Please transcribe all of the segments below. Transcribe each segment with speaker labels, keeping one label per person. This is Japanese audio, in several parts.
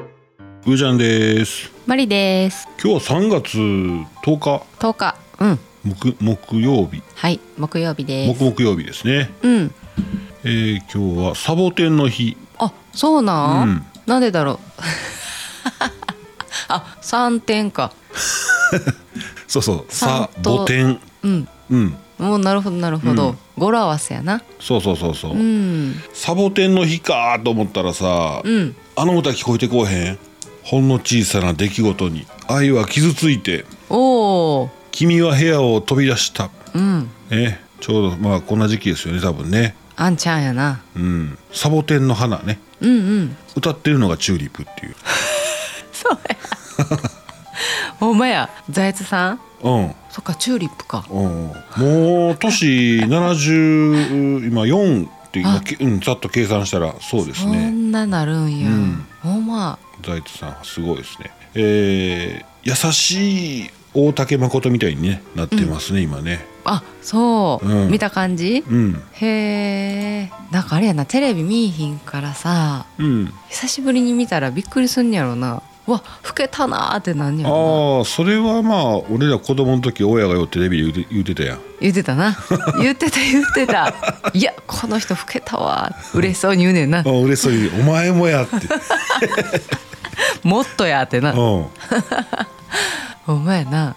Speaker 1: うーちゃんです
Speaker 2: マリです。
Speaker 1: 今日は3月10日
Speaker 2: 10日。うん。
Speaker 1: 木木曜日
Speaker 2: はい。木曜日です。
Speaker 1: 木木曜日ですね、
Speaker 2: うん。
Speaker 1: えー今日はサボテンの日
Speaker 2: あ、そうなん。
Speaker 1: うん
Speaker 2: なんでだろう。 あ、三点か。
Speaker 1: そうそうサ
Speaker 2: サ
Speaker 1: ボテン
Speaker 2: うん。
Speaker 1: うん
Speaker 2: もうなるほどなるほど。
Speaker 1: うん
Speaker 2: 語呂合わせやな。
Speaker 1: そうそうそうそう、
Speaker 2: うん。
Speaker 1: サボテンの日かと思ったらさ、
Speaker 2: うん。
Speaker 1: あの歌聞こえてこうへんほんの小さな出来事に愛は傷ついて
Speaker 2: おお。
Speaker 1: 君は部屋を飛び出した
Speaker 2: うん。
Speaker 1: ねちょうどまあこんな時期ですよね多分ね
Speaker 2: あんちゃんやな。
Speaker 1: うんサボテンの花ね
Speaker 2: うんうん。
Speaker 1: 歌ってるのがチューリップっていう
Speaker 2: そう や。ほんまや。財津さん。
Speaker 1: うん
Speaker 2: そっか、チューリップか。
Speaker 1: うんもう年70今4って今けうんざっと計算したらそうです
Speaker 2: そ
Speaker 1: ね
Speaker 2: んななるんや。
Speaker 1: うん
Speaker 2: ほんま。
Speaker 1: 財津さんはすごいですねえー、優しい大竹誠みたいにねなってますね、今ね
Speaker 2: あ、そう。
Speaker 1: うん
Speaker 2: 見た感じ。
Speaker 1: うん
Speaker 2: へえなんかあれやなテレビ見いひんからさ
Speaker 1: うん
Speaker 2: 久しぶりに見たらびっくりすんやろなうわ老けたなーってなんやろな
Speaker 1: ああそれはまあ俺ら子供の時親がようテレビで言うて言うてたやん
Speaker 2: 言ってた な言ってた言ってたいやこの人老けたわー嬉しそうに言うねんな
Speaker 1: あ俺そういう「お前もや」って「
Speaker 2: もっとやってな
Speaker 1: うん、
Speaker 2: お前な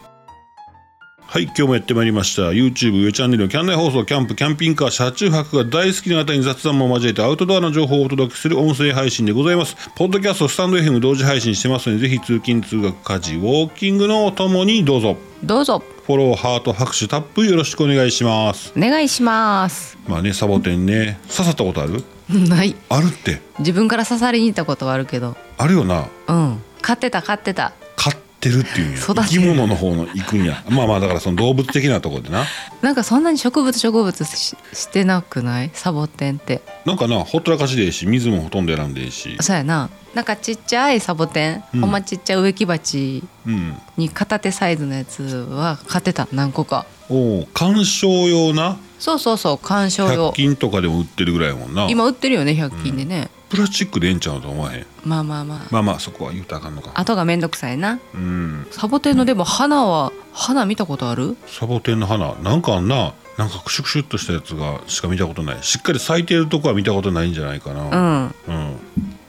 Speaker 1: はい今日もやってまいりました YouTube 上チャンネルのキャンナイ放送キャンプキャンピングカー車中泊が大好きな方に雑談も交えてアウトドアの情報をお届けする音声配信でございますポッドキャストスタンド FM 同時配信してますのでぜひ通勤通学家事ウォーキングのおともにどうぞ
Speaker 2: どうぞ
Speaker 1: フォローハート拍手タップよろしくお願いします
Speaker 2: お願いします
Speaker 1: まあねサボテンね刺さったことある
Speaker 2: ない
Speaker 1: あるって
Speaker 2: 自分から刺さりに行ったことはあるけど
Speaker 1: あるよな
Speaker 2: うん飼ってた飼ってた
Speaker 1: 飼ってるっていうんや
Speaker 2: 育てる
Speaker 1: 生き物の方の行くんやまあまあだからその動物的なところでな
Speaker 2: なんかそんなに植物植物ししてなくないサボテンって
Speaker 1: なんかなほったらかしでええし水もほとんど選んでええし
Speaker 2: そうやななんかちっちゃいサボテン、
Speaker 1: うん
Speaker 2: ほんまちっちゃい植木鉢
Speaker 1: うん
Speaker 2: に片手サイズのやつは買ってた何個か
Speaker 1: おお観賞用な
Speaker 2: そうそうそう観賞
Speaker 1: 100
Speaker 2: 用
Speaker 1: 均とかでも売ってるぐらいやもんな
Speaker 2: 今売ってるよね100均でね、
Speaker 1: プラスチックでええんちゃうと思わへん
Speaker 2: まあまあまあ
Speaker 1: まあまあそこは言うたらあかんのか
Speaker 2: 後がめんどくさいな
Speaker 1: うん
Speaker 2: サボテンのでも花は花見たことある
Speaker 1: サボテンの花なんかあんななんかクシュクシュっとしたやつがしか見たことないしっかり咲いてるとこは見たことないんじゃないか
Speaker 2: う
Speaker 1: な、
Speaker 2: ん
Speaker 1: うん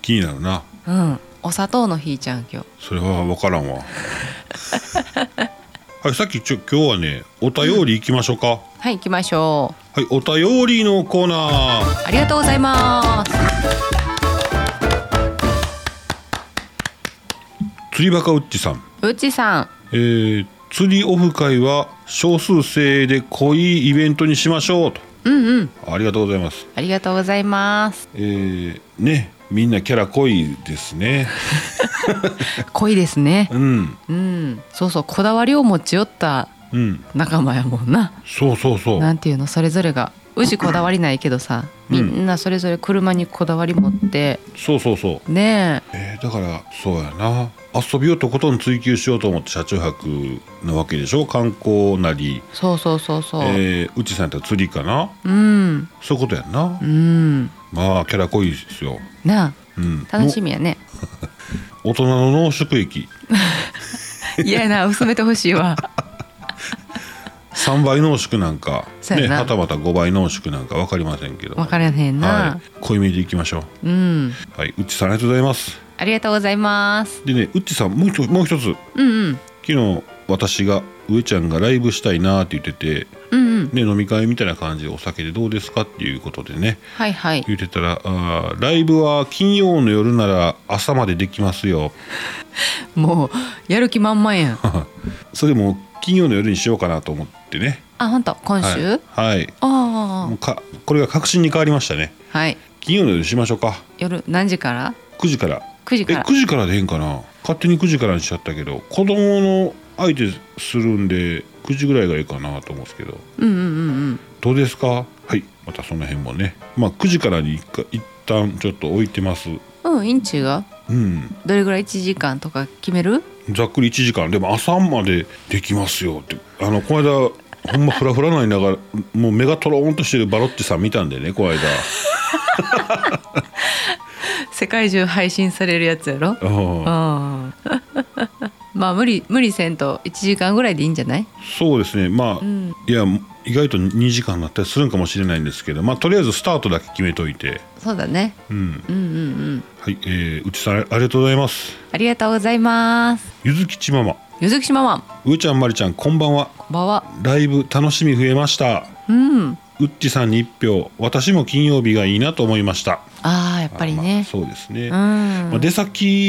Speaker 1: 気になるな
Speaker 2: うんお砂糖のひいちゃん今日
Speaker 1: それは分からんわはいさっきちょ今日はねお便り行きましょうか、
Speaker 2: はい行きましょう
Speaker 1: はいお便りのコーナー
Speaker 2: ありがとうございます
Speaker 1: 釣りバカウッチさん
Speaker 2: うちさん
Speaker 1: えー釣りオフ会は少数制で濃いイベントにしましょうと
Speaker 2: うんうん
Speaker 1: ありがとうございます
Speaker 2: ありがとうございます
Speaker 1: えーねみんなキャラ濃いですね
Speaker 2: 濃いですね
Speaker 1: うん
Speaker 2: うんそうそうこだわりを持ち寄った
Speaker 1: うん
Speaker 2: 仲間やもんな
Speaker 1: そうそうそう
Speaker 2: なんていうのそれぞれがうちこだわりないけどさみんなそれぞれ車にこだわり持って
Speaker 1: そうそうそう
Speaker 2: ね
Speaker 1: えーだからそうやな遊びをとことん追求しようと思って車中泊なわけでしょ観光なり
Speaker 2: えそうそうそうそう、
Speaker 1: えーうちさんやったら釣りかな
Speaker 2: うん
Speaker 1: そういうことやんな、
Speaker 2: うん
Speaker 1: まあキャラ濃いですよ、
Speaker 2: な
Speaker 1: うん、
Speaker 2: あ楽しみやね
Speaker 1: の大人の濃縮液
Speaker 2: いやな薄めてほし いわ
Speaker 1: 3倍濃縮なんか、
Speaker 2: そう
Speaker 1: ね、
Speaker 2: やな
Speaker 1: はたまた5倍濃縮なんか分かりませんけど
Speaker 2: 分からへんな、
Speaker 1: はい、濃いめでいきましょ
Speaker 2: うん
Speaker 1: うはいうっちさんありがとうございます
Speaker 2: ありがとうございます
Speaker 1: でねうっちさんもう一もう一つ
Speaker 2: うんうん
Speaker 1: 昨日私が上ちゃんがライブしたいなーって言ってて、
Speaker 2: うんうん
Speaker 1: ね、飲み会みたいな感じでお酒でどうですかっていうことでね
Speaker 2: はいはい
Speaker 1: 言ってたらあー「ライブは金曜の夜なら朝までできますよ
Speaker 2: もうやる気満々やん」
Speaker 1: それも金曜の夜にしようかなと思ってね
Speaker 2: あほんと今
Speaker 1: はい
Speaker 2: 週、、
Speaker 1: はい、
Speaker 2: あ
Speaker 1: もうかこれが確信に変わりましたね
Speaker 2: あはい
Speaker 1: 金曜の夜にしましょうか
Speaker 2: 夜何時から
Speaker 1: 9時から
Speaker 2: 9時
Speaker 1: え
Speaker 2: から
Speaker 1: 9時からでいいんかな勝手に9時からにしちゃったけど子供の相手するんで9時ぐらいがいいかなと思うんですけど
Speaker 2: うんうんうんうん
Speaker 1: どうですかはいまたその辺もねまあ9時からに一回一旦ちょっと置いてます
Speaker 2: うんインチが
Speaker 1: うん
Speaker 2: どれぐらい1時間とか決める
Speaker 1: ざっくり1時間でも朝までできますよってあのこの間ほんまフラフラないながらもう目がとろーんとしてるバロッチさん見たんでねこの間
Speaker 2: 世界中配信されるやつやろ
Speaker 1: あ
Speaker 2: うん
Speaker 1: ー
Speaker 2: まあ無理無理せんと1時間ぐらいでいいんじゃない
Speaker 1: そうですねまあ、
Speaker 2: うん
Speaker 1: いや意外と2時間だったりするんかもしれないんですけどまあとりあえずスタートだけ決めといて
Speaker 2: そうだね
Speaker 1: うん
Speaker 2: うんうんうん
Speaker 1: はいえー、うちさんありがとうございます
Speaker 2: ありがとうございます
Speaker 1: ゆずきちママ
Speaker 2: ゆずきしママ
Speaker 1: うーちゃんまりちゃんこんばんは
Speaker 2: こんばんは
Speaker 1: ライブ楽しみ増えました
Speaker 2: うん
Speaker 1: うっちさんに1票私も金曜日がいいなと思いました
Speaker 2: あーやっぱり
Speaker 1: まあ
Speaker 2: ね
Speaker 1: そうですね、
Speaker 2: う
Speaker 1: ま
Speaker 2: ん
Speaker 1: あ、出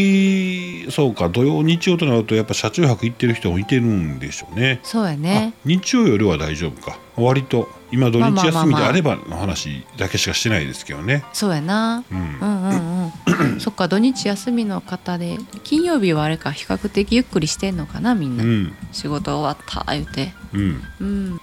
Speaker 1: 先そうか土曜日曜となるとやっぱ車中泊行ってる人もいてるんでしょうね
Speaker 2: そうや
Speaker 1: あ
Speaker 2: ね
Speaker 1: 日曜夜は大丈夫か割と今土
Speaker 2: まあま
Speaker 1: 日
Speaker 2: あまあ
Speaker 1: 休み
Speaker 2: まあ
Speaker 1: であればの話だけしかしてないですけどね
Speaker 2: そうやな
Speaker 1: うん
Speaker 2: うんうんうん そっか土日休みの方で金曜日はあれか比較的ゆっくりしてんのかなみん
Speaker 1: う
Speaker 2: な、
Speaker 1: ん
Speaker 2: 仕事終わった言うて
Speaker 1: うん
Speaker 2: うん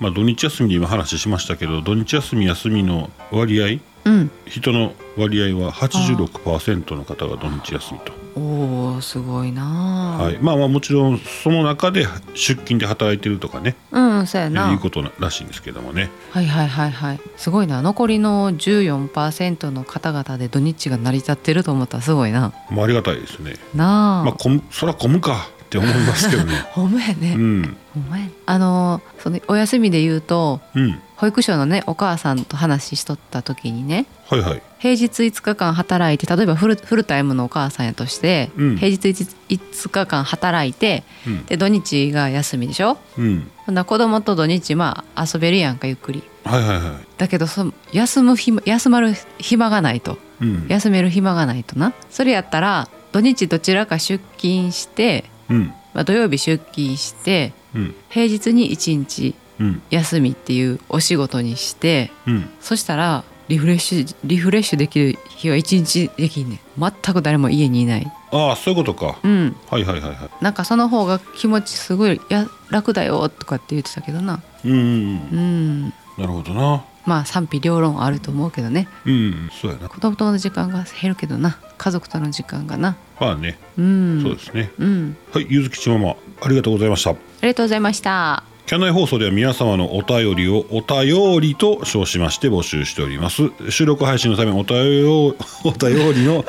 Speaker 1: まあ土日休みで今話しましたけど土日休み休みの割合
Speaker 2: うん
Speaker 1: 人の割合は86%の方が土日休みと
Speaker 2: おーすごいなあ
Speaker 1: はい、まあまあもちろんその中で出勤で働いてるとかね
Speaker 2: うんそうやな
Speaker 1: いうことらしいんですけどもね
Speaker 2: はいはいはいはいすごいな残りの14%の方々で土日が成り立ってると思ったらすごいな
Speaker 1: まあありがたいですね
Speaker 2: なあ、
Speaker 1: まあこむそら混むかって思いますけど ね
Speaker 2: ほんまや
Speaker 1: う
Speaker 2: ね、
Speaker 1: ん
Speaker 2: ほんまやあのそのお休みで言うと
Speaker 1: うん
Speaker 2: 保育所のねお母さんと話しとった時にね
Speaker 1: はいはい
Speaker 2: 平日5日間働いて例えばフルフルタイムのお母さんやとして、
Speaker 1: うん
Speaker 2: 平日 5, 日間働いて
Speaker 1: うん
Speaker 2: で土日が休みでしょ
Speaker 1: うん
Speaker 2: ほんなら子供と土日まあ遊べるやんかゆっくり
Speaker 1: はいはいは
Speaker 2: だけどその休む暇休まる暇がないと
Speaker 1: いうん
Speaker 2: 休める暇がないとなそれやったら土日どちらか出勤して、
Speaker 1: うん
Speaker 2: まあ、土曜日出勤して
Speaker 1: うん
Speaker 2: 平日に1日
Speaker 1: うん
Speaker 2: 休みっていうお仕事にして
Speaker 1: うん
Speaker 2: そしたらリフレッシュリフレッシュできる日は1日できんねん全く誰も家にいない
Speaker 1: ああそういうことか
Speaker 2: うん
Speaker 1: はいはいはいは
Speaker 2: なんかその方が気持ちすごいや楽だよとかって言ってたけどない
Speaker 1: うんうんうん
Speaker 2: うん
Speaker 1: なるほどな
Speaker 2: まあ賛否両論あると思うけどね
Speaker 1: うんうんそうやな
Speaker 2: 子供との時間が減るけどな家族との時間がな
Speaker 1: まあね
Speaker 2: うん
Speaker 1: そうですね
Speaker 2: うん
Speaker 1: はいゆずきちママありがとうございました
Speaker 2: ありがとうございました。
Speaker 1: キャナイ放送では皆様のお便りをお便りと称しまして募集しております。収録配信のためお便りを お便りの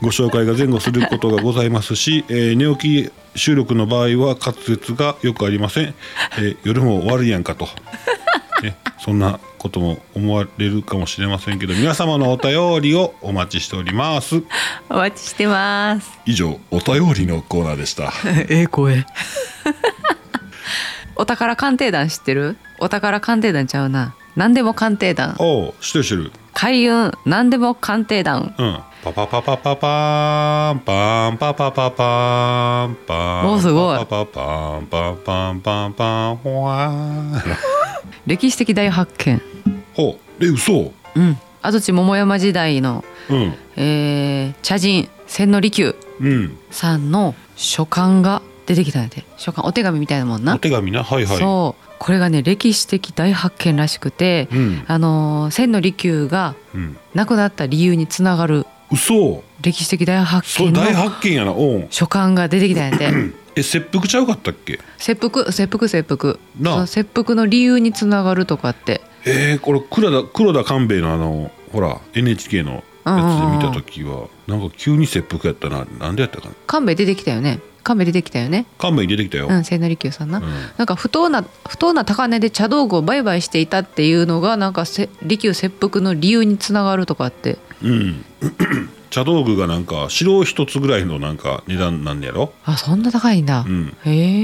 Speaker 1: ご紹介が前後することがございますし、えー寝起き収録の場合は滑舌がよくありません。えー夜も悪いやんかと。 ね、そんなことも思われるかもしれませんけど、皆様のお便りをお待ちしております。
Speaker 2: お待ちしてます。
Speaker 1: 以上、お便りのコーナーでした。
Speaker 2: ええ声。 お宝鑑定団知ってる？お宝鑑定団ちゃうな。何でも鑑定団。
Speaker 1: おう、してるしてる。
Speaker 2: 開運何でも鑑定団。
Speaker 1: うん。パパパパパパーンパーンパパパパーンパーン
Speaker 2: おーすごい
Speaker 1: パパパパーンパンパンパンパンほわーん
Speaker 2: 歴史的大発見。
Speaker 1: ほうえ嘘
Speaker 2: うん。安土桃山時代の、
Speaker 1: うん
Speaker 2: えー、茶人千利休
Speaker 1: うん
Speaker 2: さんの書簡が出てきたんやで。書簡お手紙みたいなもんな。
Speaker 1: お手紙なはいはい
Speaker 2: そう。これがね歴史的大発見らしくて、
Speaker 1: うん
Speaker 2: あのー千利休が
Speaker 1: うん
Speaker 2: 亡くなった理由につながる
Speaker 1: 嘘
Speaker 2: 歴史的大発
Speaker 1: それ
Speaker 2: 見の
Speaker 1: 大発見やなおん
Speaker 2: 書簡が出てきたん やて
Speaker 1: え切腹ちゃうかったっけ
Speaker 2: 切腹切腹切腹
Speaker 1: なあ
Speaker 2: その切腹の理由につながるとかって
Speaker 1: えー、これ黒田黒田官兵衛のあのほら NHK のやつで見た時はなんか急に切腹やったななんでやったかな
Speaker 2: 勘兵衛出てきたよね勘兵衛出てきたよね
Speaker 1: 官兵衛出てきたよ、
Speaker 2: うん千利休さんな、
Speaker 1: うん
Speaker 2: なんか不当な不当な高値で茶道具を売買していたっていうのがなんかせ利休切腹の理由につながるとかって
Speaker 1: うん茶道具がなんか白一つぐらいのなんか値段なんやろ
Speaker 2: あそんな高いんだ、
Speaker 1: うん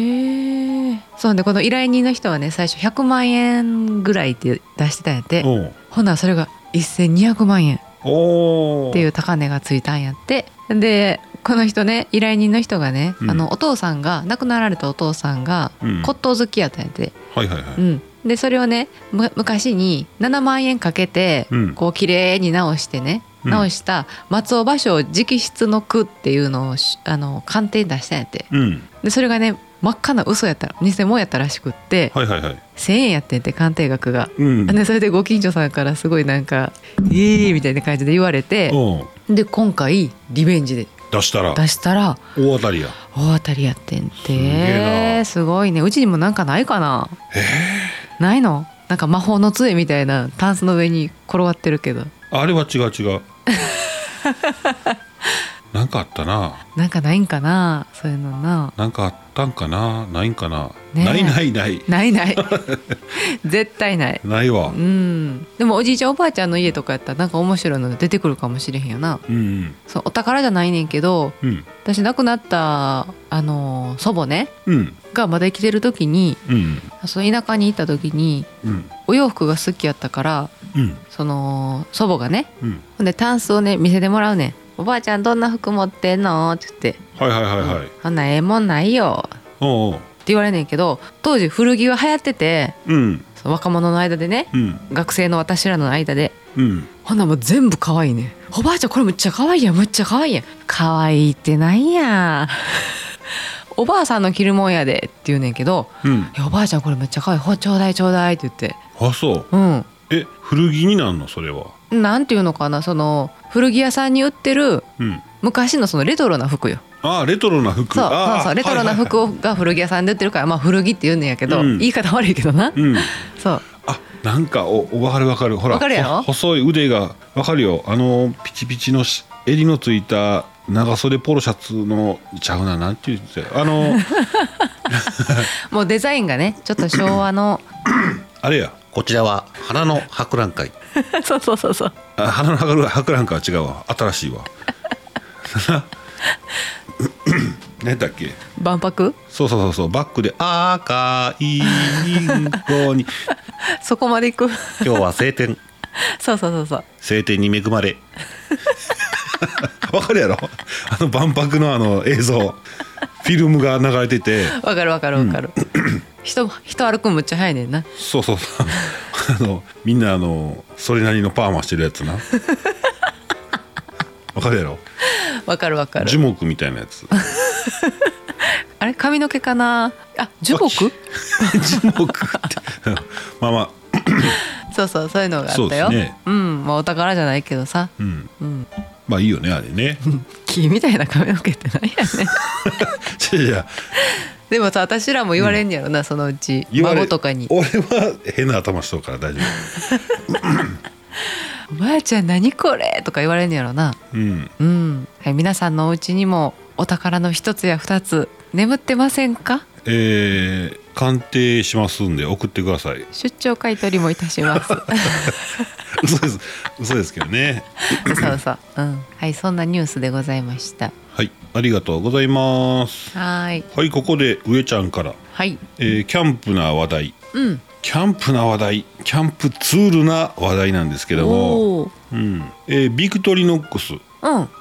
Speaker 2: へえそうでこの依頼人の人はね最初100万円ぐらいって出してたんやって
Speaker 1: おう
Speaker 2: ほなそれが1200万円
Speaker 1: おー
Speaker 2: っていう高値がついたんやってでこの人ね依頼人の人がね、
Speaker 1: うん
Speaker 2: あのお父さんが亡くなられたお父さんが
Speaker 1: うん
Speaker 2: 骨董好きやったんやて、
Speaker 1: はいはいは
Speaker 2: う
Speaker 1: い
Speaker 2: ん、でそれをねむ昔に7万円かけて、
Speaker 1: うん
Speaker 2: こう綺麗に直してね
Speaker 1: うん
Speaker 2: 直した松尾芭蕉直筆の句っていうのをしあの鑑定に出したんやって
Speaker 1: うん
Speaker 2: でそれがね真っ赤な嘘やった偽物やったらしくって、
Speaker 1: はいはいはい
Speaker 2: 1,000円やってんて鑑定額が。
Speaker 1: うん
Speaker 2: でそれでご近所さんからすごいなんか「ええみたいな感じで言われて、
Speaker 1: おう
Speaker 2: で今回リベンジで
Speaker 1: 出したら
Speaker 2: 出したら
Speaker 1: 大当たりや
Speaker 2: 大当たりやってん
Speaker 1: すげえ
Speaker 2: て
Speaker 1: な
Speaker 2: すごいねうちにもなんかないかなないのなんか魔法の杖みたいなタンスの上に転がってるけど
Speaker 1: あれは違う違うなんかあったな
Speaker 2: なんかないんかなそういうのな
Speaker 1: なんかあったんかなないんかな、
Speaker 2: ねえ
Speaker 1: ないないない
Speaker 2: ないない 絶対ない
Speaker 1: ないわ
Speaker 2: う、んでもおじいちゃんおばあちゃんの家とかやったらなんか面白いの出てくるかもしれへんよな
Speaker 1: うん、うん
Speaker 2: そうお宝じゃないねんけど
Speaker 1: うん
Speaker 2: 私亡くなったあの祖母ね
Speaker 1: うん
Speaker 2: がまだ生きてる時に
Speaker 1: うん
Speaker 2: その田舎に行った時に
Speaker 1: うん
Speaker 2: お洋服が好きやったから
Speaker 1: うん
Speaker 2: その祖母がね
Speaker 1: うん
Speaker 2: ほんでタンスをね見せてもらうねん「おばあちゃんどんな服持ってんの?」って言って
Speaker 1: はいはいはいはい、
Speaker 2: 「あんなええもんないよ」って
Speaker 1: おうおう
Speaker 2: 言われんねんけど当時古着が流行ってて
Speaker 1: うん
Speaker 2: その若者の間でね
Speaker 1: うん
Speaker 2: 学生の私らの間で
Speaker 1: うん
Speaker 2: ほんならもう全部可愛いねおばあちゃんこれむっちゃ可愛いやんむっちゃ可愛いやん可愛いってなんやおばあさんの着るもんやでって言うねんけど
Speaker 1: うん
Speaker 2: いやおばあちゃんこれむっちゃ可愛いほちょうだいちょうだいって言って
Speaker 1: あそう
Speaker 2: うん
Speaker 1: え古着になんのそれは
Speaker 2: なんていうのかなその古着屋さんに売ってる
Speaker 1: うん
Speaker 2: 昔のそのレトロな服よ
Speaker 1: あーレトロな服
Speaker 2: そう
Speaker 1: あ
Speaker 2: そ
Speaker 1: ー
Speaker 2: うそうレトロ
Speaker 1: は
Speaker 2: な
Speaker 1: い
Speaker 2: 服をが古着屋さんで売ってるからまあ古着って言うんやけど、
Speaker 1: うん
Speaker 2: 言い方悪いけどな、
Speaker 1: はいはいうん
Speaker 2: そう
Speaker 1: あなんかおおわかるわかるほら
Speaker 2: わかるやろ
Speaker 1: ほ細い腕がわかるよあのピチピチのし襟のついた長袖ポロシャツのちゃうななんて言ってたよあ の
Speaker 2: もうデザインがねちょっと昭和 の
Speaker 1: あれや
Speaker 3: こちらは花の博覧会。
Speaker 2: そうそうそうそう
Speaker 1: あ花の博博覧会は違うわ新しいわ 何だっけ
Speaker 2: 万博
Speaker 1: そうそうそうそうバックで赤いインコに
Speaker 2: そこまで行く
Speaker 3: 今日は晴天。
Speaker 2: そうそうそうそう
Speaker 1: 晴天に恵まれわかるやろあの万博のあの映像フィルムが流れてて
Speaker 2: わかるわかるわかる、人人歩くんむっちゃ早いねんな
Speaker 1: そうそうそうあのみんなあのそれなりのパーマしてるやつなわかるやろ
Speaker 2: わかるわか
Speaker 1: 樹
Speaker 2: る
Speaker 1: 木みたいなや つ
Speaker 2: あれ髪の毛かなあ樹木
Speaker 1: 樹木ってまあまあ
Speaker 2: そうそうそういうのがあった
Speaker 1: そ
Speaker 2: よ
Speaker 1: うですね
Speaker 2: うんまあお宝じゃないけどさ、
Speaker 1: うん
Speaker 2: うん、
Speaker 1: まあいいよねあれね
Speaker 2: 木みたいな髪の毛ってなんやねん
Speaker 1: じゃあじゃあ
Speaker 2: でもさ私らも言われんやろな、そのうち
Speaker 1: 言われ
Speaker 2: 孫とかに
Speaker 1: 俺は変な頭しとるから大丈
Speaker 2: 「おばあちゃん何これ?」とか言われんやろな
Speaker 1: 夫うん
Speaker 2: うんはい皆さんのお家にもお宝の一つや二つ眠ってませんか
Speaker 1: えー鑑定しますんで送ってください
Speaker 2: 出張買い取りもいたします
Speaker 1: 嘘です嘘ですけどね
Speaker 2: そうそううんはいそんなニュースでございました
Speaker 1: はいありがとうございます
Speaker 2: はーい
Speaker 1: はいここで上ちゃんから、
Speaker 2: はい
Speaker 1: えーキャンプな話題
Speaker 2: うん
Speaker 1: キャンプな話題キャンプツールな話題なんですけども、
Speaker 2: おー
Speaker 1: うんえービクトリノックス、
Speaker 2: うん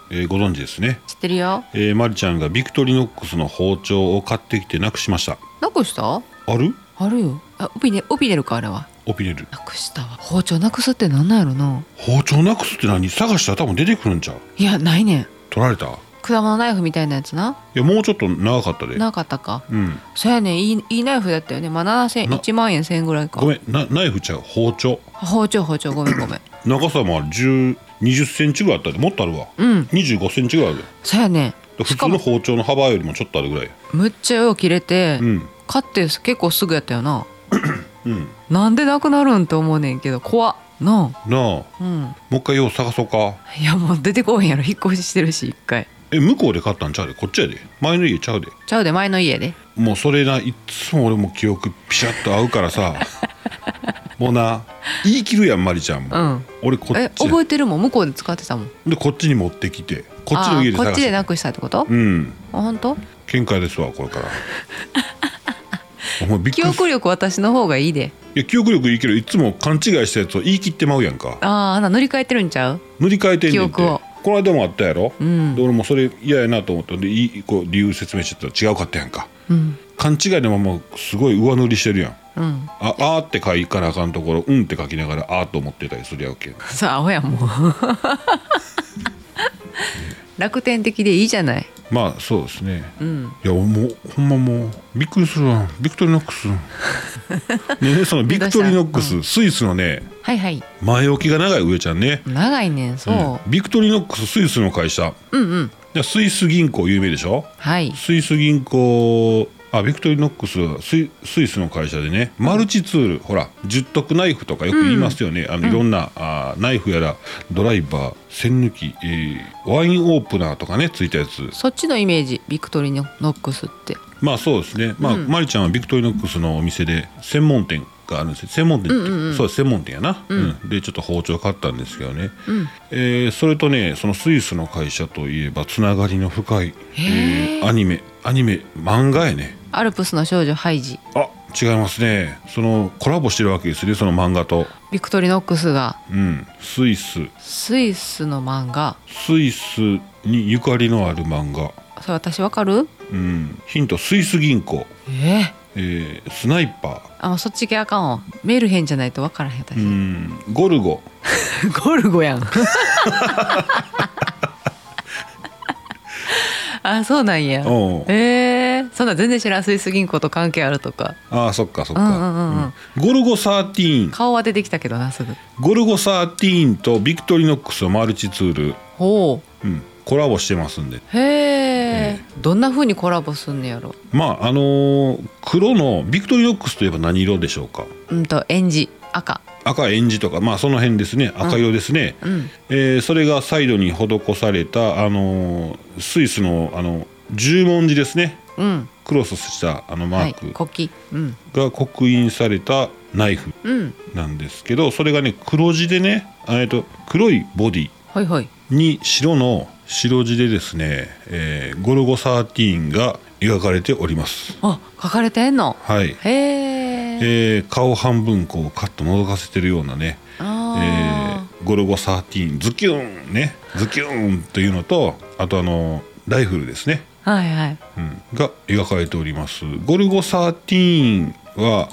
Speaker 1: えーご存知ですね、
Speaker 2: 知ってるよ
Speaker 1: えー、まりちゃんがビクトリノックスの包丁を買ってきてなくしました
Speaker 2: なくした
Speaker 1: ある
Speaker 2: あるよあ帯ね帯出るかあれは
Speaker 1: オピネル
Speaker 2: なくしたわ包丁なくすってなんなんやろな
Speaker 1: 包丁なくすって何探したら多分出てくるんちゃう
Speaker 2: いやないねん
Speaker 1: 取られたい
Speaker 2: 果物ナイフみたいなやつな
Speaker 1: やもうちょっと長かったで
Speaker 2: なかったか
Speaker 1: うん
Speaker 2: そうやねんいいいいナイフだったよねまあ7000
Speaker 1: な
Speaker 2: 1万円1000円ぐらいか
Speaker 1: ごめんなナイフちゃう包丁
Speaker 2: 包丁包丁ごめんごめん
Speaker 1: 長さもある10 20センチぐらいあったでもっとあるわ
Speaker 2: うん
Speaker 1: 25センチぐらいあるで
Speaker 2: そうやね
Speaker 1: 普
Speaker 2: し
Speaker 1: 通
Speaker 2: か
Speaker 1: の
Speaker 2: も
Speaker 1: 包丁の幅よりもちょっとあるぐらい
Speaker 2: むっちゃよう切れて、
Speaker 1: うん
Speaker 2: 買って結構すぐやったよな
Speaker 1: うん
Speaker 2: なんでなくなるんって思うねんけど怖っなあ
Speaker 1: なあ
Speaker 2: うん
Speaker 1: もう一回よう探そうか
Speaker 2: いやもう出てこうへんやろ引っ越ししてるし一回
Speaker 1: え向こうで買ったんちゃうでこっちやで前の家ちゃうで
Speaker 2: ちゃうで前の家で
Speaker 1: もうそれないっつも俺も記憶ピシャッと合うから さもうな言い切るやんまりちゃんも、
Speaker 2: うん
Speaker 1: 俺こ
Speaker 2: え
Speaker 1: っち
Speaker 2: 覚えてるもん向こうで使ってたもん
Speaker 1: でこっちに持ってきてこっちの家で
Speaker 2: あーこ
Speaker 1: 探
Speaker 2: っ
Speaker 1: し
Speaker 2: ち
Speaker 1: て
Speaker 2: でなくしたってこと、あ
Speaker 1: うん
Speaker 2: 本当
Speaker 1: 喧嘩ですわこれ からお前びっく
Speaker 2: 記
Speaker 1: り
Speaker 2: 憶力私の方がいいで
Speaker 1: いや記憶力いいけどいつも勘違いしたやつを言い切ってまうやんか
Speaker 2: ああな塗り替えてるんちゃう
Speaker 1: 塗り替えてんねんて
Speaker 2: 記憶を
Speaker 1: この間もあったやろ、
Speaker 2: うん
Speaker 1: で俺もそれ嫌やなと思ったんでいいこう理由説明してたら違うかったやんか
Speaker 2: うん
Speaker 1: 勘違いのまますごい上塗りしてるやん
Speaker 2: うん
Speaker 1: ああーって書いかなあかんところうんって書きながらあーと思ってたりするやんけ
Speaker 2: そうアホやんも う楽天的でいいじゃない
Speaker 1: まあそうですね
Speaker 2: うん
Speaker 1: いやもうほんまもうびっくりするわビクトリノッ クスねねそのビクトリノックス、スイスのね
Speaker 2: はいはい
Speaker 1: 前置きが長い上ちゃんね、
Speaker 2: 長いねんそう
Speaker 1: ビクトリノックススイスの会社
Speaker 2: うんうん
Speaker 1: でスイス銀行有名でしょ
Speaker 2: はい
Speaker 1: スイス銀行あビクトリーノックスはスイスイスの会社でねマルチツール、ほら十徳ナイフとかよく言いますよね、あのいろんな、あーナイフやらドライバー栓抜き、えーワインオープナーとかねついたやつ
Speaker 2: そっちのイメージビクトリーノックスって
Speaker 1: まあそうですね、まあマリちゃんはビクトリーノックスのお店で専門店があるんですよ専門店って、そうです専門店やな、うんでちょっと包丁買ったんですけどね、えーそれとねそのスイスの会社といえばつながりの深い、えーアニメアニメ漫画やね
Speaker 2: アルプスの少女ハイジ
Speaker 1: あ違いますねそのコラボしてるわけですねその漫画と、
Speaker 2: ビクトリーノックスが
Speaker 1: うん、スイス
Speaker 2: スイスの漫画
Speaker 1: スイスにゆかりのある漫画、
Speaker 2: それ私わかる
Speaker 1: うん、ヒントスイス銀行、
Speaker 2: ええ
Speaker 1: えースナイパー
Speaker 2: あもうそっち系あかんわメール変じゃないとわからへん私、
Speaker 1: うんゴルゴ
Speaker 2: ゴルゴやん あそうなんや
Speaker 1: おう
Speaker 2: えー、そんな全然知らんスイス銀行と関係あるとか
Speaker 1: ああそっかそっ
Speaker 2: うんうんうんうん
Speaker 1: か、うんゴルゴ13
Speaker 2: 顔は出てきたけどなすぐ
Speaker 1: ゴルゴ13とビクトリノックスのマルチツール、
Speaker 2: ほう
Speaker 1: うん、コラボしてますんで
Speaker 2: へえどんな風にコラボすんのやろ
Speaker 1: まああのー黒のビクトリノックスといえば何色でしょうか
Speaker 2: うんとエンジ赤
Speaker 1: 赤エンジとかまあその辺ですね赤色ですね、
Speaker 2: うん
Speaker 1: えーそれがサイドに施された、あのースイスの、あの十文字ですね
Speaker 2: うん
Speaker 1: クロスしたあのマ
Speaker 2: は
Speaker 1: ー
Speaker 2: い
Speaker 1: ク
Speaker 2: 国旗うん
Speaker 1: が刻印されたナイフ
Speaker 2: うん
Speaker 1: なんですけどそれがね黒字でねあえっと黒いボディ
Speaker 2: はいはい
Speaker 1: に白の白地でですね、えーゴルゴ13が描かれております。
Speaker 2: あ書かれてんの
Speaker 1: はい、
Speaker 2: へえ
Speaker 1: えー顔半分こうカッと覗かせてるようなね、え
Speaker 2: あ
Speaker 1: ーゴルゴ13ズキューンねズキューンというのとあとあのライフルですね、
Speaker 2: ーはいはい
Speaker 1: うん、が描かれております。ゴルゴ13は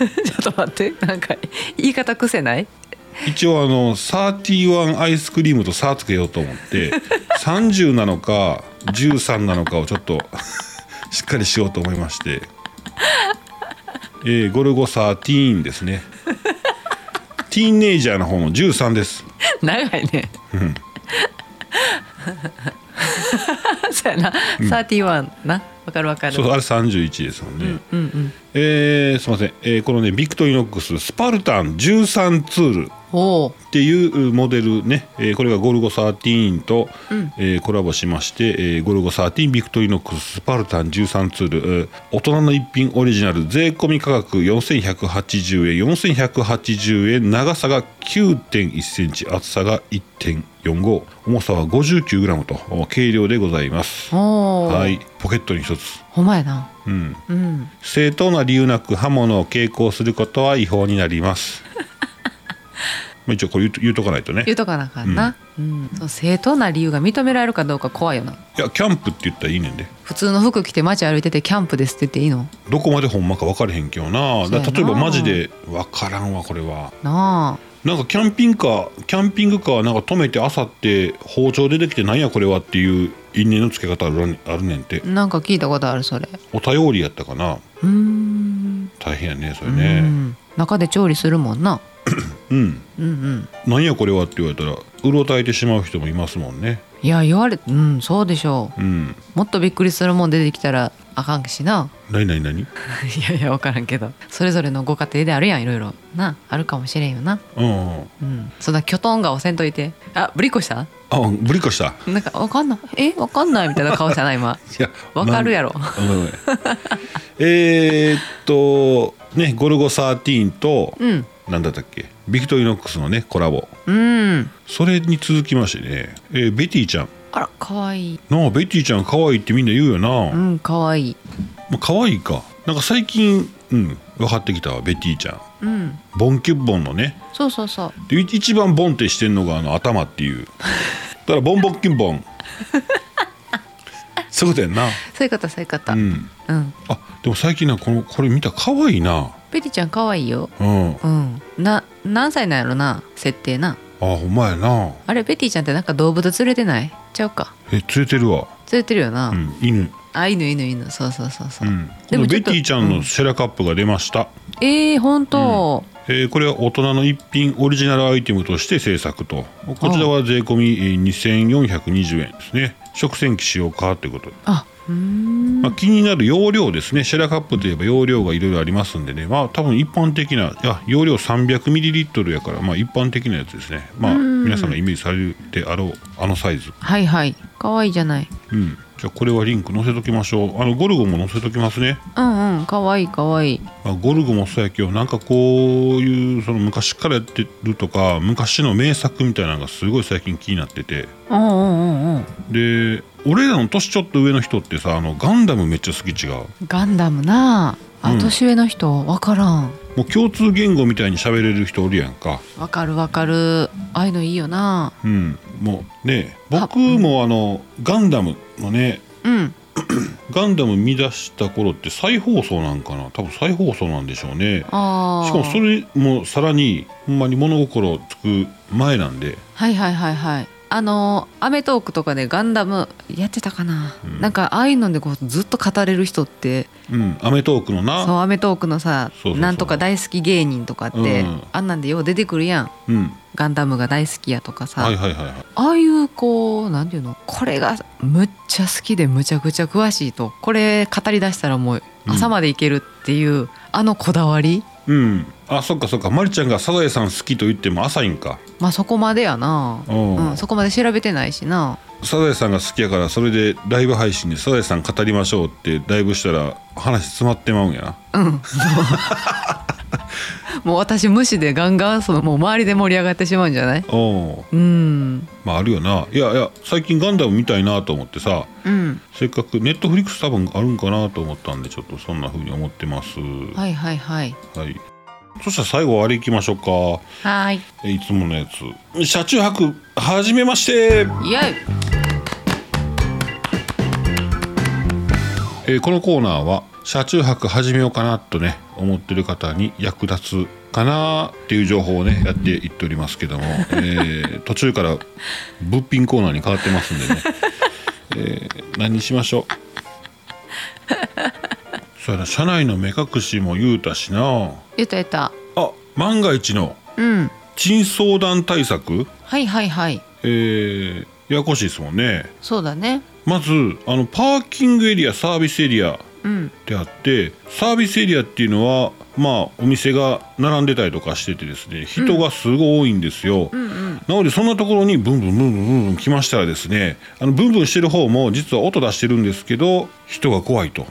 Speaker 2: ちょっと待ってなんか言い方癖ない
Speaker 1: 一応あの31アイスクリームと「さ」つけようと思って30なのか13なのかをちょっと しっかりしようと思いまして、えーゴルゴ13ですねティーンネイジャーの方の13です
Speaker 2: 長いね
Speaker 1: ん
Speaker 2: そうやな31なわかるわかる
Speaker 1: そうあれ31ですもんね、
Speaker 2: うんうん
Speaker 1: えーすいません、えーこのねビクトリノックススパルタン13ツール
Speaker 2: お
Speaker 1: っていうモデルね、えーこれがゴルゴ13と、えーコラボしまして、えーゴルゴ13ビクトリノックススパルタン13ツール、えー大人の一品オリジナル税込み価格4180円4180円長さが9.1センチ厚さが1.45重さは59グラムとお軽量でございます
Speaker 2: おおお
Speaker 1: はいポケットに一つ
Speaker 2: ほんまやな
Speaker 1: うん
Speaker 2: うん
Speaker 1: 正当な理由なく刃物を携行することは違法になります まあ一応これ言うと言うとかないとね
Speaker 2: 言うとかなあかんな、うんその正当な理由が認められるかどうか怖いよない
Speaker 1: やキャンプって言ったらいいねんで
Speaker 2: 普通の服着て街歩いててキャンプですって言っていいの
Speaker 1: どこまでほんまか分からへんけどな
Speaker 2: そうや
Speaker 1: だ
Speaker 2: な
Speaker 1: 例えばマジで分からんわこれは
Speaker 2: なあ
Speaker 1: なんかキャンピングカーキャンピングカーなんか止めてあさって包丁出てきてなんやこれはっていう因縁のつけ方あるあるねんて
Speaker 2: なんか聞いたことあるそれ
Speaker 1: お便りやったかな
Speaker 2: うーん
Speaker 1: 大変やねそれ
Speaker 2: う
Speaker 1: ね
Speaker 2: ん中で調理するもんな
Speaker 1: うん、
Speaker 2: うんうん
Speaker 1: なんやこれはって言われたらうろたえてしまう人もいますもんね
Speaker 2: いや言われうんそうでしょう
Speaker 1: うん
Speaker 2: もっとびっくりするもん出てきたらあかんしな
Speaker 1: 何何 何
Speaker 2: いやいや分からんけどそれぞれのご家庭であるやんいろいろなあるかもしれんよな
Speaker 1: うんうん
Speaker 2: うんそんなきょとんがせんといてあぶりっこした
Speaker 1: あぶりっこした
Speaker 2: なんかわかんないえわかんないみたいな顔したな今
Speaker 1: いや
Speaker 2: わかるやろ
Speaker 1: なんごめんごめんえーっとねゴルゴ13と、
Speaker 2: うん
Speaker 1: なんだったっけビクトリノックスのねコラボ
Speaker 2: うん
Speaker 1: それに続きましてね、えーベティちゃん
Speaker 2: あらかわいい
Speaker 1: なあベティちゃん可愛いってみんな言うよな、
Speaker 2: う
Speaker 1: ま
Speaker 2: んかわいい
Speaker 1: あ、可愛いかなんか最近うん分かってきたわベティちゃん
Speaker 2: うん
Speaker 1: ボンキュッボンのね
Speaker 2: そうそうそう
Speaker 1: でい一番ボンってしてんのがあの頭っていうだからボンボッキュンボンそういうことやんな
Speaker 2: そういう方そういう方
Speaker 1: う
Speaker 2: うん、
Speaker 1: んあでも最近なこのこれ見た可愛いな
Speaker 2: ペティちゃんかわいいよ
Speaker 1: うん
Speaker 2: うんな何歳なんやろな設定な
Speaker 1: あほんまやな
Speaker 2: あれベティちゃんってなんか動物連れてないちゃうか
Speaker 1: え連れてるわ、
Speaker 2: 連れてるよな、
Speaker 1: うん、犬、
Speaker 2: あ犬犬犬そうそうそうそうう、
Speaker 1: ん、
Speaker 2: で
Speaker 1: こ
Speaker 2: も
Speaker 1: の
Speaker 2: ちょ
Speaker 1: ベ
Speaker 2: っと
Speaker 1: ティちゃんのセラカップが出ました、
Speaker 2: えー、本当、
Speaker 1: えーこれは大人の一品オリジナルアイテムとして制作とこちらは税込みえー2420円ですね食洗機使用かということで
Speaker 2: あ
Speaker 1: まあ、気になる容量ですねシェラカップといえば容量がいろいろありますんでねまあ多分一般的ないや容量 300ml やからまあ一般的なやつですねまあ皆さんがイメージされてあろうあのサイズ
Speaker 2: はいはい可愛いじゃない
Speaker 1: うんじゃあこれはリンク載せときましょうあのゴルゴも載せときますね
Speaker 2: うんうん可愛い可愛い
Speaker 1: まあ、ゴルゴもそうやけどなんかこういうその昔からやってるとか昔の名作みたいなのがすごい最近気になってて
Speaker 2: うんうんうんうん
Speaker 1: で俺らの年ちょっと上の人ってさあのガンダムめっちゃ好き違う
Speaker 2: ガンダムなあ、
Speaker 1: うん
Speaker 2: 年上の人分からん
Speaker 1: もう共通言語みたいに喋れる人おるやんか
Speaker 2: 分かる分かるああいうのいいよな
Speaker 1: うんもうね
Speaker 2: あ
Speaker 1: 僕もあのガンダムのね
Speaker 2: うん
Speaker 1: ガンダム見出した頃って再放送なんかな多分再放送なんでしょうね
Speaker 2: ああ
Speaker 1: しかもそれもさらにほんまに物心つく前なんで
Speaker 2: はいはいはいはいあのー『アメトーーク』とかでガンダムやってたかな、
Speaker 1: うん
Speaker 2: なんかああいうのでこうずっと語れる人って
Speaker 1: うん『アメトーーク』の
Speaker 2: そ
Speaker 1: な
Speaker 2: う『アメトーーク』のさ
Speaker 1: そうそうそう
Speaker 2: なんとか大好き芸人とかって、
Speaker 1: うん
Speaker 2: あんなんでよう出てくるやん
Speaker 1: うん
Speaker 2: ガンダムが大好きやとかさ、
Speaker 1: はいはいはいはい
Speaker 2: ああいうこうなんていうのこれがむっちゃ好きでむちゃくちゃ詳しいとこれ語り出したらもう
Speaker 1: うん
Speaker 2: 朝までいけるっていう、あのこだわり
Speaker 1: うんあそっかそっかまりちゃんがサザエさん好きと言っても浅いんか
Speaker 2: まあそこまでやな、
Speaker 1: うん
Speaker 2: うん、そこまで調べてないしな
Speaker 1: サザエさんが好きやからそれでライブ配信でサザエさん語りましょうってライブしたら話詰まってまうんやな
Speaker 2: うん、そうもう私無視でガンガンそのもう周りで盛り上がってしまうんじゃない
Speaker 1: お
Speaker 2: うん
Speaker 1: まああるよないやいや最近ガンダム見たいなと思ってさ
Speaker 2: うん
Speaker 1: せっかくネットフリックス多分あるんかなと思ったんでちょっとそんな風に思ってますは
Speaker 2: はいはいはい
Speaker 1: い、そしたら最後あれいきましょうか
Speaker 2: はい
Speaker 1: えいつものやつ車中泊はじめまして
Speaker 2: イエイ
Speaker 1: えーこのコーナーは車中泊始めようかなとね思ってる方に役立つかなっていう情報をねやっていっておりますけども、え ー途中から物品コーナーに変わってますんでね、えー何にしまし ょうそうやな車内の目隠しも言うたしな
Speaker 2: 言った言った
Speaker 1: あ万が一の
Speaker 2: うん
Speaker 1: 珍相談対策
Speaker 2: はいはいはい
Speaker 1: えーややこしいですもんね
Speaker 2: そうだね
Speaker 1: まずあのパーキングエリアサービスエリア
Speaker 2: うん
Speaker 1: であってサービスエリアっていうのはまあお店が並んでたりとかしててですね人がすごい多いんですよ、
Speaker 2: うんうん
Speaker 1: なのでそんなところにブンブンブンブンブンブン来ましたらですねあのブンブンしてる方も実は音出してるんですけど人が怖い と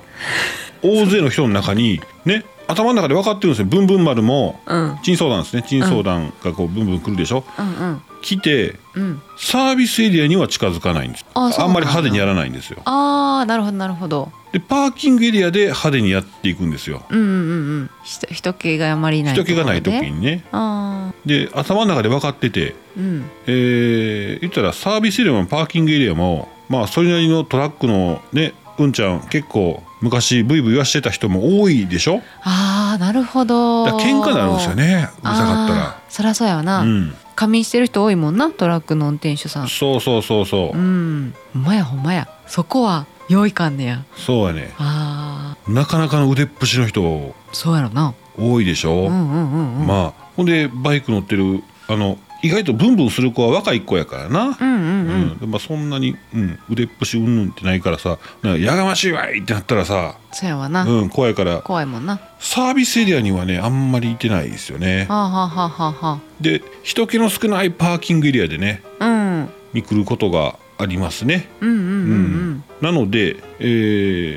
Speaker 1: 大勢の人の中にね頭の中で分かってるんですよブンブン丸も
Speaker 2: うん
Speaker 1: 珍相談ですね珍相談がこうブンブン来るでしょ、
Speaker 2: うんうん
Speaker 1: 来て
Speaker 2: うん
Speaker 1: サービスエリアには近づかないんです
Speaker 2: あそうなんだ
Speaker 1: あんまり派手にやらないんですよ
Speaker 2: あーなるほどなるほど
Speaker 1: でパーキングエリアで派手にやっていくんですよ
Speaker 2: うんうんうんうん人人気があまりない
Speaker 1: 人気がない時
Speaker 2: ところで
Speaker 1: にね
Speaker 2: あ
Speaker 1: で頭の中で分かってて、
Speaker 2: ーうん
Speaker 1: えー言ったらサービスエリアもパーキングエリアもまあそれなりのトラックのねうんちゃん結構昔ブイブイ言わしてた人も多いでしょ
Speaker 2: あーなるほど
Speaker 1: だから喧嘩になるんですよねうるさかったら
Speaker 2: あ。ーそりゃそうやわな、
Speaker 1: うん、
Speaker 2: 仮眠してる人多いもんなトラックの運転手さん
Speaker 1: そうそうそうそう、
Speaker 2: うんほんまやほんまやそこは用意感ねや
Speaker 1: そうやね
Speaker 2: あ
Speaker 1: なかなかの腕っぷしの人
Speaker 2: ーそうやろな
Speaker 1: 多いでしょ、
Speaker 2: うんうんうんうん、
Speaker 1: まあほんでバイク乗ってるあの意外とブンブンする子は若い子やからな、
Speaker 2: うんうんうん、
Speaker 1: うんまあ、そんなに、うん、腕っぷしうんぬんってないからさなんかやがましいわいってなったらさ、
Speaker 2: そうやわな、
Speaker 1: うん、怖いから
Speaker 2: 怖いもんなは
Speaker 1: サービスエリアにはねあんまりいてないですよね
Speaker 2: あ、はあはあはあは
Speaker 1: で人気の少ないパーキングエリアでね
Speaker 2: あうん
Speaker 1: に来ることがありますね、
Speaker 2: うんうんうんうん
Speaker 1: なので、え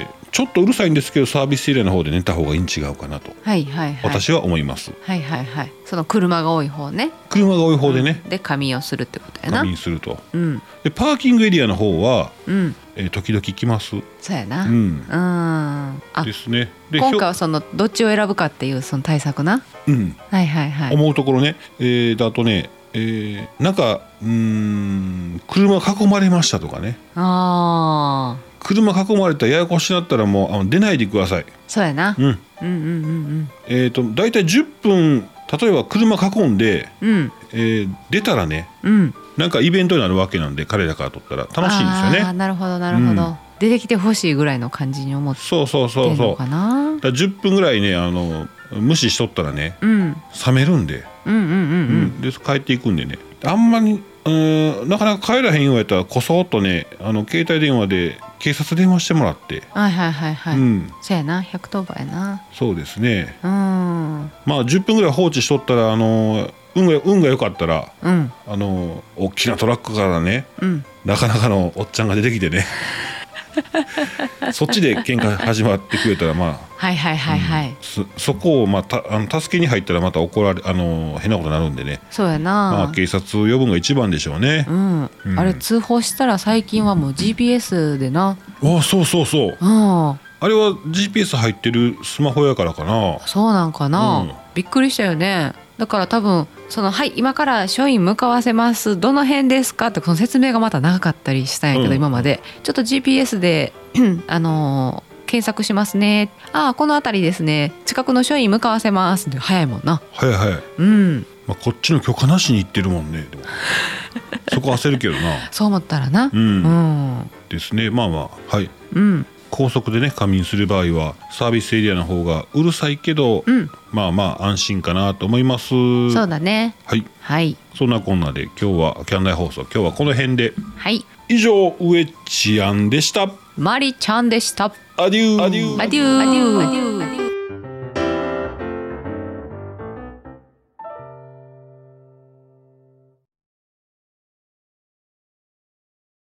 Speaker 1: ーちょっとうるさいんですけどサービスエリアの方で寝た方がいいん違うかなと
Speaker 2: はいはいはい
Speaker 1: 私は思います、
Speaker 2: はいはいはいその車が多い方ね
Speaker 1: 車が多い方でね
Speaker 2: で仮眠をするってことやな
Speaker 1: 仮眠すると
Speaker 2: うん
Speaker 1: でパーキングエリアの方は、
Speaker 2: うん
Speaker 1: えー時々来ます
Speaker 2: そうやな
Speaker 1: う
Speaker 2: うん、
Speaker 1: ん
Speaker 2: あ
Speaker 1: ですねで
Speaker 2: 今回
Speaker 1: ひょ
Speaker 2: はそのどっちを選ぶかっていうその対策な
Speaker 1: うん
Speaker 2: はいはいはい
Speaker 1: 思うところね、えー、だとね、えーなんかうーん車囲まれましたとかね
Speaker 2: ああ
Speaker 1: 車囲まれたらややこしになったらもうあの出ないでください、
Speaker 2: そうやな、
Speaker 1: うん
Speaker 2: うん、うんうんうん
Speaker 1: えー、と大体10分例えば車囲んで、
Speaker 2: うん
Speaker 1: えー出たらね
Speaker 2: うん
Speaker 1: なんかイベントになるわけなんで彼らからとったら楽しいんです
Speaker 2: あー
Speaker 1: よね
Speaker 2: なるほどなるほど、
Speaker 1: うん
Speaker 2: 出てきてほしいぐらいの感じに思って
Speaker 1: そうそうそ
Speaker 2: る
Speaker 1: うそう
Speaker 2: のかなう
Speaker 1: だから10分ぐらいねあの無視しとったらね
Speaker 2: ん、うん
Speaker 1: 冷めるんで、
Speaker 2: うんうんうん
Speaker 1: うんで帰っていくんでねあんまりうーんなかなか帰らへんようやったらこそっとねあの携帯電話で警察電話してもらって、
Speaker 2: はいはいはいはい、
Speaker 1: うん
Speaker 2: そやな110番やな
Speaker 1: そうですね
Speaker 2: うん
Speaker 1: まあ10分ぐらい放置しとったらあの運が運が良かったら
Speaker 2: うん
Speaker 1: あの大きなトラックからね
Speaker 2: うん
Speaker 1: なかなかのおっちゃんが出てきてねそっちで喧嘩始まってくれたらまあ
Speaker 2: はいはいはいはい、
Speaker 1: そそこを、まあ、たあの助けに入ったらまた怒られあの変なことになるんでね
Speaker 2: そうやな、
Speaker 1: まあ、警察を呼ぶのが一番でしょうね
Speaker 2: う。ん
Speaker 1: うん
Speaker 2: あれ通報したら最近はもう GPS でな
Speaker 1: ああそうそうそう
Speaker 2: うん
Speaker 1: あれは GPS 入ってるスマホやからかな。
Speaker 2: そうなんかな、
Speaker 1: うん
Speaker 2: びっくりしたよねだから多分その「はい今から署員向かわせますどの辺ですか?」ってその説明がまた長かったりしたんやけど、
Speaker 1: うん
Speaker 2: 今までちょっと GPS で うんあのー検索しますねああこの辺りですね近くの署員向かわせますって早いもんな
Speaker 1: はいはい。
Speaker 2: うん
Speaker 1: まあ、こっちの許可なしに行ってるもんね。で もそこ焦るけどな。
Speaker 2: そう思ったらな
Speaker 1: う、
Speaker 2: うんん
Speaker 1: ですね。まあまあはい。
Speaker 2: うん
Speaker 1: 高速でね仮眠する場合はサービスエリアの方がうるさいけど、
Speaker 2: うん
Speaker 1: まあまあ安心かなと思います。
Speaker 2: そう
Speaker 1: は
Speaker 2: だね
Speaker 1: い。
Speaker 2: はい
Speaker 1: そんなこんなで今日はキャンナイ放送今日はこの辺で
Speaker 2: はい
Speaker 1: 以上ウエチアンでした。
Speaker 2: マリちゃんでした
Speaker 1: アデュー。
Speaker 2: アデューアデュー